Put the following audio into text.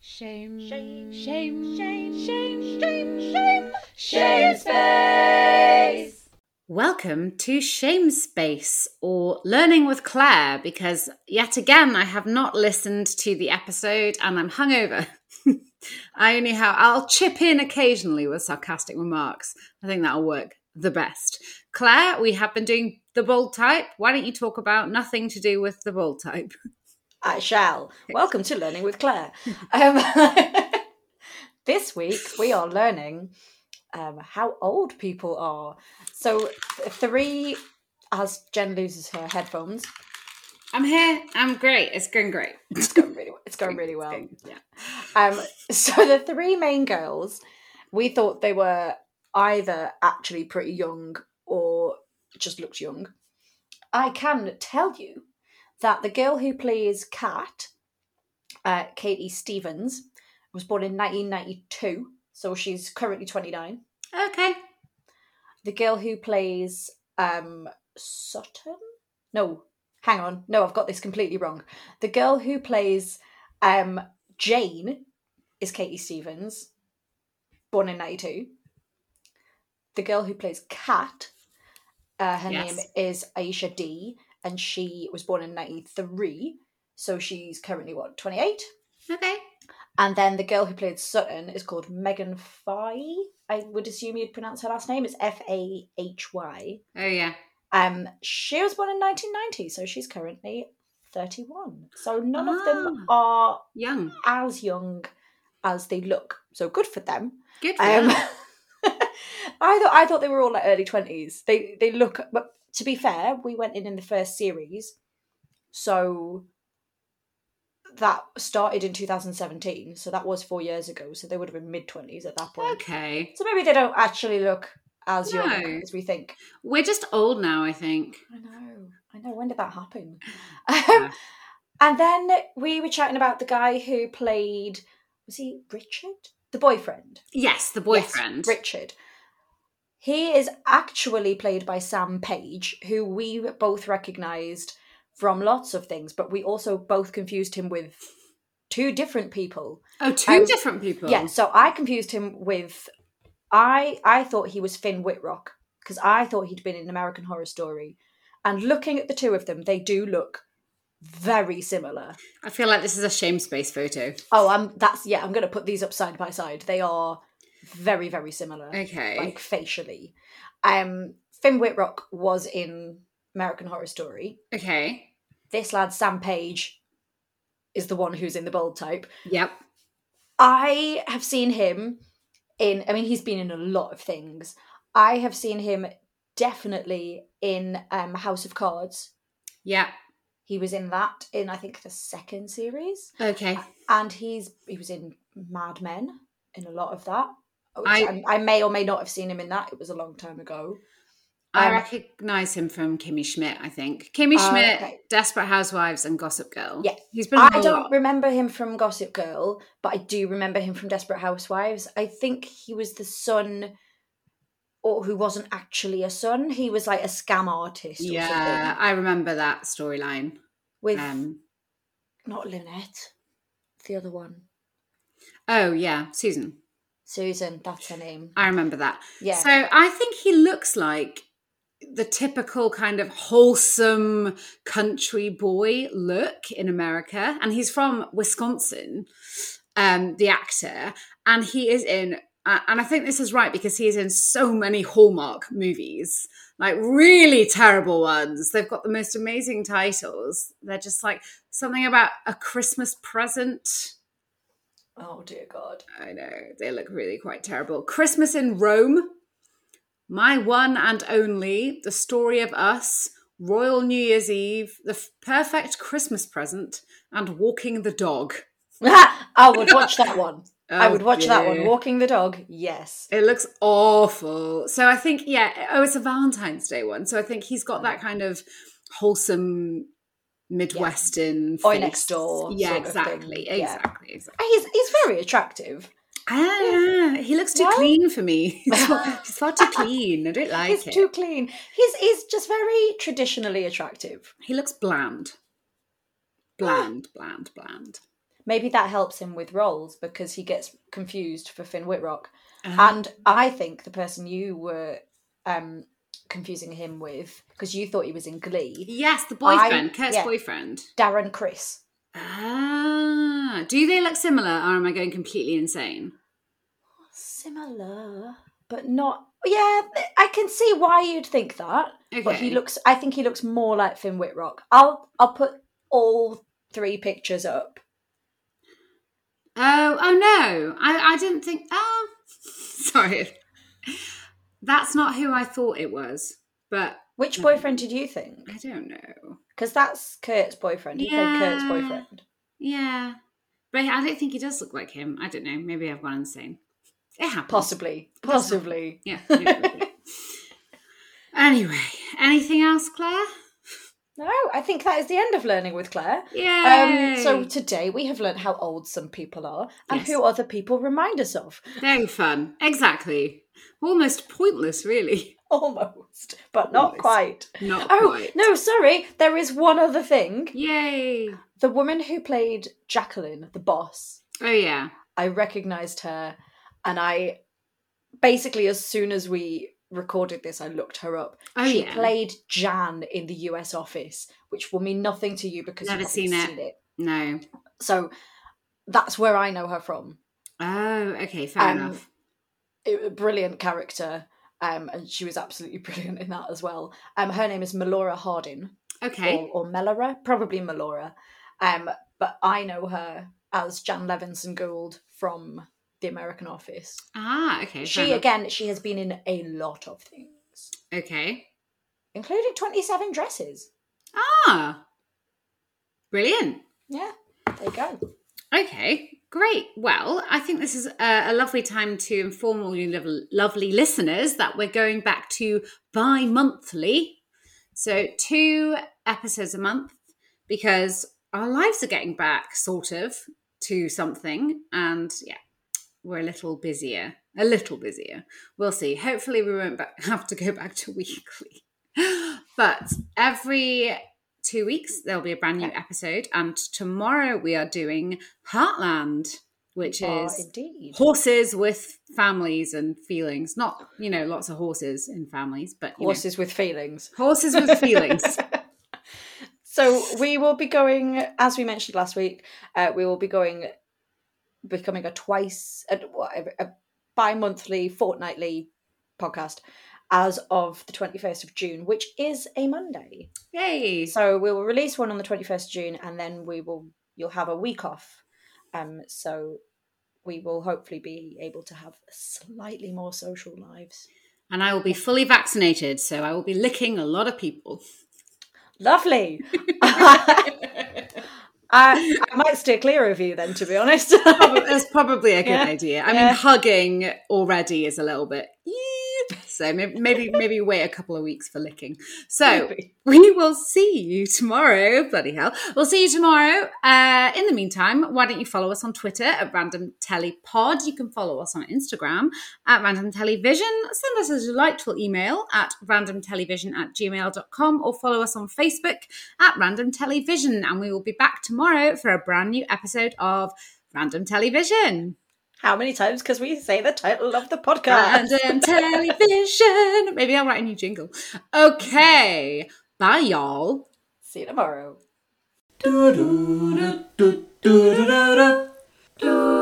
Shame. Shame. Shame. Shame. Shame. Shame. Shame. Shame space. Welcome to Shame Space or Learning with Claire because yet again I have not listened to the episode and I'm hungover. I only have, I'll chip in occasionally with sarcastic remarks. I think that'll work the best. Claire, we have been doing the bold type. Why don't you talk about nothing to do with the bold type? I shall. Welcome to Learning with Claire. Um, this week we are learning um, how old people are. So th- three, as Jen loses her headphones, I'm here. I'm great. It's going great. it's going really, it's going really well. Yeah. Um, so the three main girls, we thought they were either actually pretty young or just looked young. I can tell you that the girl who plays Kat, uh, Katie Stevens, was born in 1992, so she's currently 29. Okay. The girl who plays um, Sutton, no, hang on, no, I've got this completely wrong. The girl who plays um, Jane is Katie Stevens, born in 92. The girl who plays Kat, uh, her Yes. name is Aisha D, and she was born in 93, so she's currently, what, 28? Okay. And then the girl who played Sutton is called Megan Fye. I would assume you'd pronounce her last name. It's F A H Y. Oh, yeah. Um, she was born in 1990, so she's currently 31. So none of them are Young. as young as they look. So good for them. Good. For Um, them. I thought I thought they were all like early 20s. They they look but to be fair, we went in in the first series. So that started in 2017, so that was 4 years ago, so they would have been mid 20s at that point. Okay. So maybe they don't actually look as No. young as we think. We're just old now, I think. I know. I know. When did that happen? Um, and then we were chatting about the guy who played, was he Richard? The boyfriend. Yes, the Yes, boyfriend. Richard. He is actually played by Sam Page, who we both recognised from lots of things, but we also both confused him with two different people. oh, two um, different people. Yeah, so I confused him with I I thought he was Finn Whitrock because I thought he'd been in American Horror Story. And looking at the two of them, they do look very similar. I feel like this is a shame space photo. Oh, I'm that's yeah, I'm going to put these up side by side. They are very very similar Okay. like facially. Um Finn Whitrock was in American Horror Story. okay. This lad Sam Page is the one who's in the bold type. Yep. I have seen him in, I mean, he's been in a lot of things. I have seen him definitely in um, House of Cards. Yep. He was in that in, I think, the second series. Okay. And he's he was in Mad Men in a lot of that. Which I- I, I may or may not have seen him in that. It was a long time ago. I um, recognize him from Kimmy Schmidt, I think. Kimmy Oh, Schmidt, okay. Desperate Housewives, and Gossip Girl. Yeah. He's been in I a don't lot. remember him from Gossip Girl, but I do remember him from Desperate Housewives. I think he was the son, or who wasn't actually a son. He was like a scam artist. Or yeah, something, I remember that storyline. with Um, not Lynette, the other one, oh, yeah, Susan. Susan. That's her name. I remember that. Yeah, So I think he looks like the typical kind of wholesome country boy look in America. And he's from Wisconsin, um, the actor. And he is in, uh, and I think this is right because he is in so many Hallmark movies, like really terrible ones. They've got the most amazing titles. They're just like something about a Christmas present. oh dear God. I know they look really quite terrible. Christmas in Rome, My One and Only, The Story of Us, Royal New Year's Eve, The F- Perfect Christmas Present, and Walking the Dog. I would watch that one. I would Oh, watch that one. dear. Walking the dog. Yes. It looks awful. So I think, yeah, oh, it's a Valentine's Day one. So I think he's got that kind of wholesome Midwestern Boy face. next door Yeah, sort of thing. exactly, Yeah. exactly, exactly. He's he's very attractive. Ah, he looks too What? clean for me. He's far, he's far too clean. I don't like he's it. too clean. He's he's just very traditionally attractive. He looks bland. Bland, bland, bland. Maybe that helps him with roles because he gets confused for Finn Whitrock. And I think the person you were um, confusing him with, because you thought he was in Glee, yes, the boyfriend, I- Kurt's yeah. boyfriend. Darren Chris. Ah, do they look similar, or am I going completely insane? Similar, but not. Yeah, I can see why you'd think that. Okay, But he looks. I think he looks more like Finn Whitrock. I'll I'll put all three pictures up. Oh, oh no! I, I didn't think. Oh, sorry. That's not who I thought it was, but Which Mhm. boyfriend did you think? I don't know. Because that's Kurt's boyfriend. He played Kurt's Yeah. boyfriend. Yeah, but I don't think he does look like him. I don't know. Maybe I've gone insane. It happens. Possibly. Possibly. Yeah. maybe. anyway, anything else, Claire? No, I think that is the end of learning with Claire. Yeah. Um, so today we have learned how old some people are and Yes. who other people remind us of. very fun. Exactly. Almost pointless, really. Almost, but not Almost. quite. Not Oh, quite. no, sorry. There is one other thing. Yay! The woman who played Jacqueline, the boss, Oh yeah. I recognized her and I basically as soon as we recorded this I looked her up. Oh she yeah. played Jan in the US office, which will mean nothing to you because Never you've seen it. seen it. no. So that's where I know her from. Oh, okay. Fair Um, enough. A brilliant character. Um, and she was absolutely brilliant in that as well. Um, her name is Melora Hardin. Okay. or, or Melora, probably Melora. Um, but I know her as Jan Levinson Gould from The American Office. Ah, okay. fair She enough. again, she has been in a lot of things, Okay. including Twenty Seven Dresses. Ah, brilliant. Yeah, there you go. Okay, great. Well, I think this is a, a lovely time to inform all you lov- lovely listeners that we're going back to bi monthly. So, two episodes a month because our lives are getting back sort of to something. And yeah, we're a little busier. A little busier. We'll see. Hopefully, we won't ba- have to go back to weekly. But every two weeks, there'll be a brand new episode. And tomorrow, we are doing Heartland, which Ah, is indeed. horses with families and feelings. Not, you know, lots of horses in families, but you know, Horses with feelings. horses with feelings. So we will be going, as we mentioned last week, uh, we will be going, becoming a twice, a, what, a, a bi-monthly, fortnightly podcast as of the 21st of June, which is a Monday. Yay. So we will release one on the 21st of June and then we will, you'll have a week off. Um, so we will hopefully be able to have slightly more social lives. And I will be fully vaccinated, so I will be licking a lot of people. Lovely. I, I might steer clear of you then, to be honest. Probably, that's probably a good Yeah. idea. I Yeah. mean, hugging already is a little bit. "Eep." So maybe, maybe maybe wait a couple of weeks for licking. So Maybe. we will see you tomorrow. Bloody hell. We'll see you tomorrow. Uh, in the meantime, why don't you follow us on Twitter at Random Telly Pod? You can follow us on Instagram at Random Television. Send us a delightful email at randomtelevision at gmail.com or follow us on Facebook at Random Television. And we will be back tomorrow for a brand new episode of Random Television. How many times? Because we say the title of the podcast. Random Television. Maybe I'll write a new jingle. Okay. Bye, y'all. See you tomorrow. Do do do do do do do do.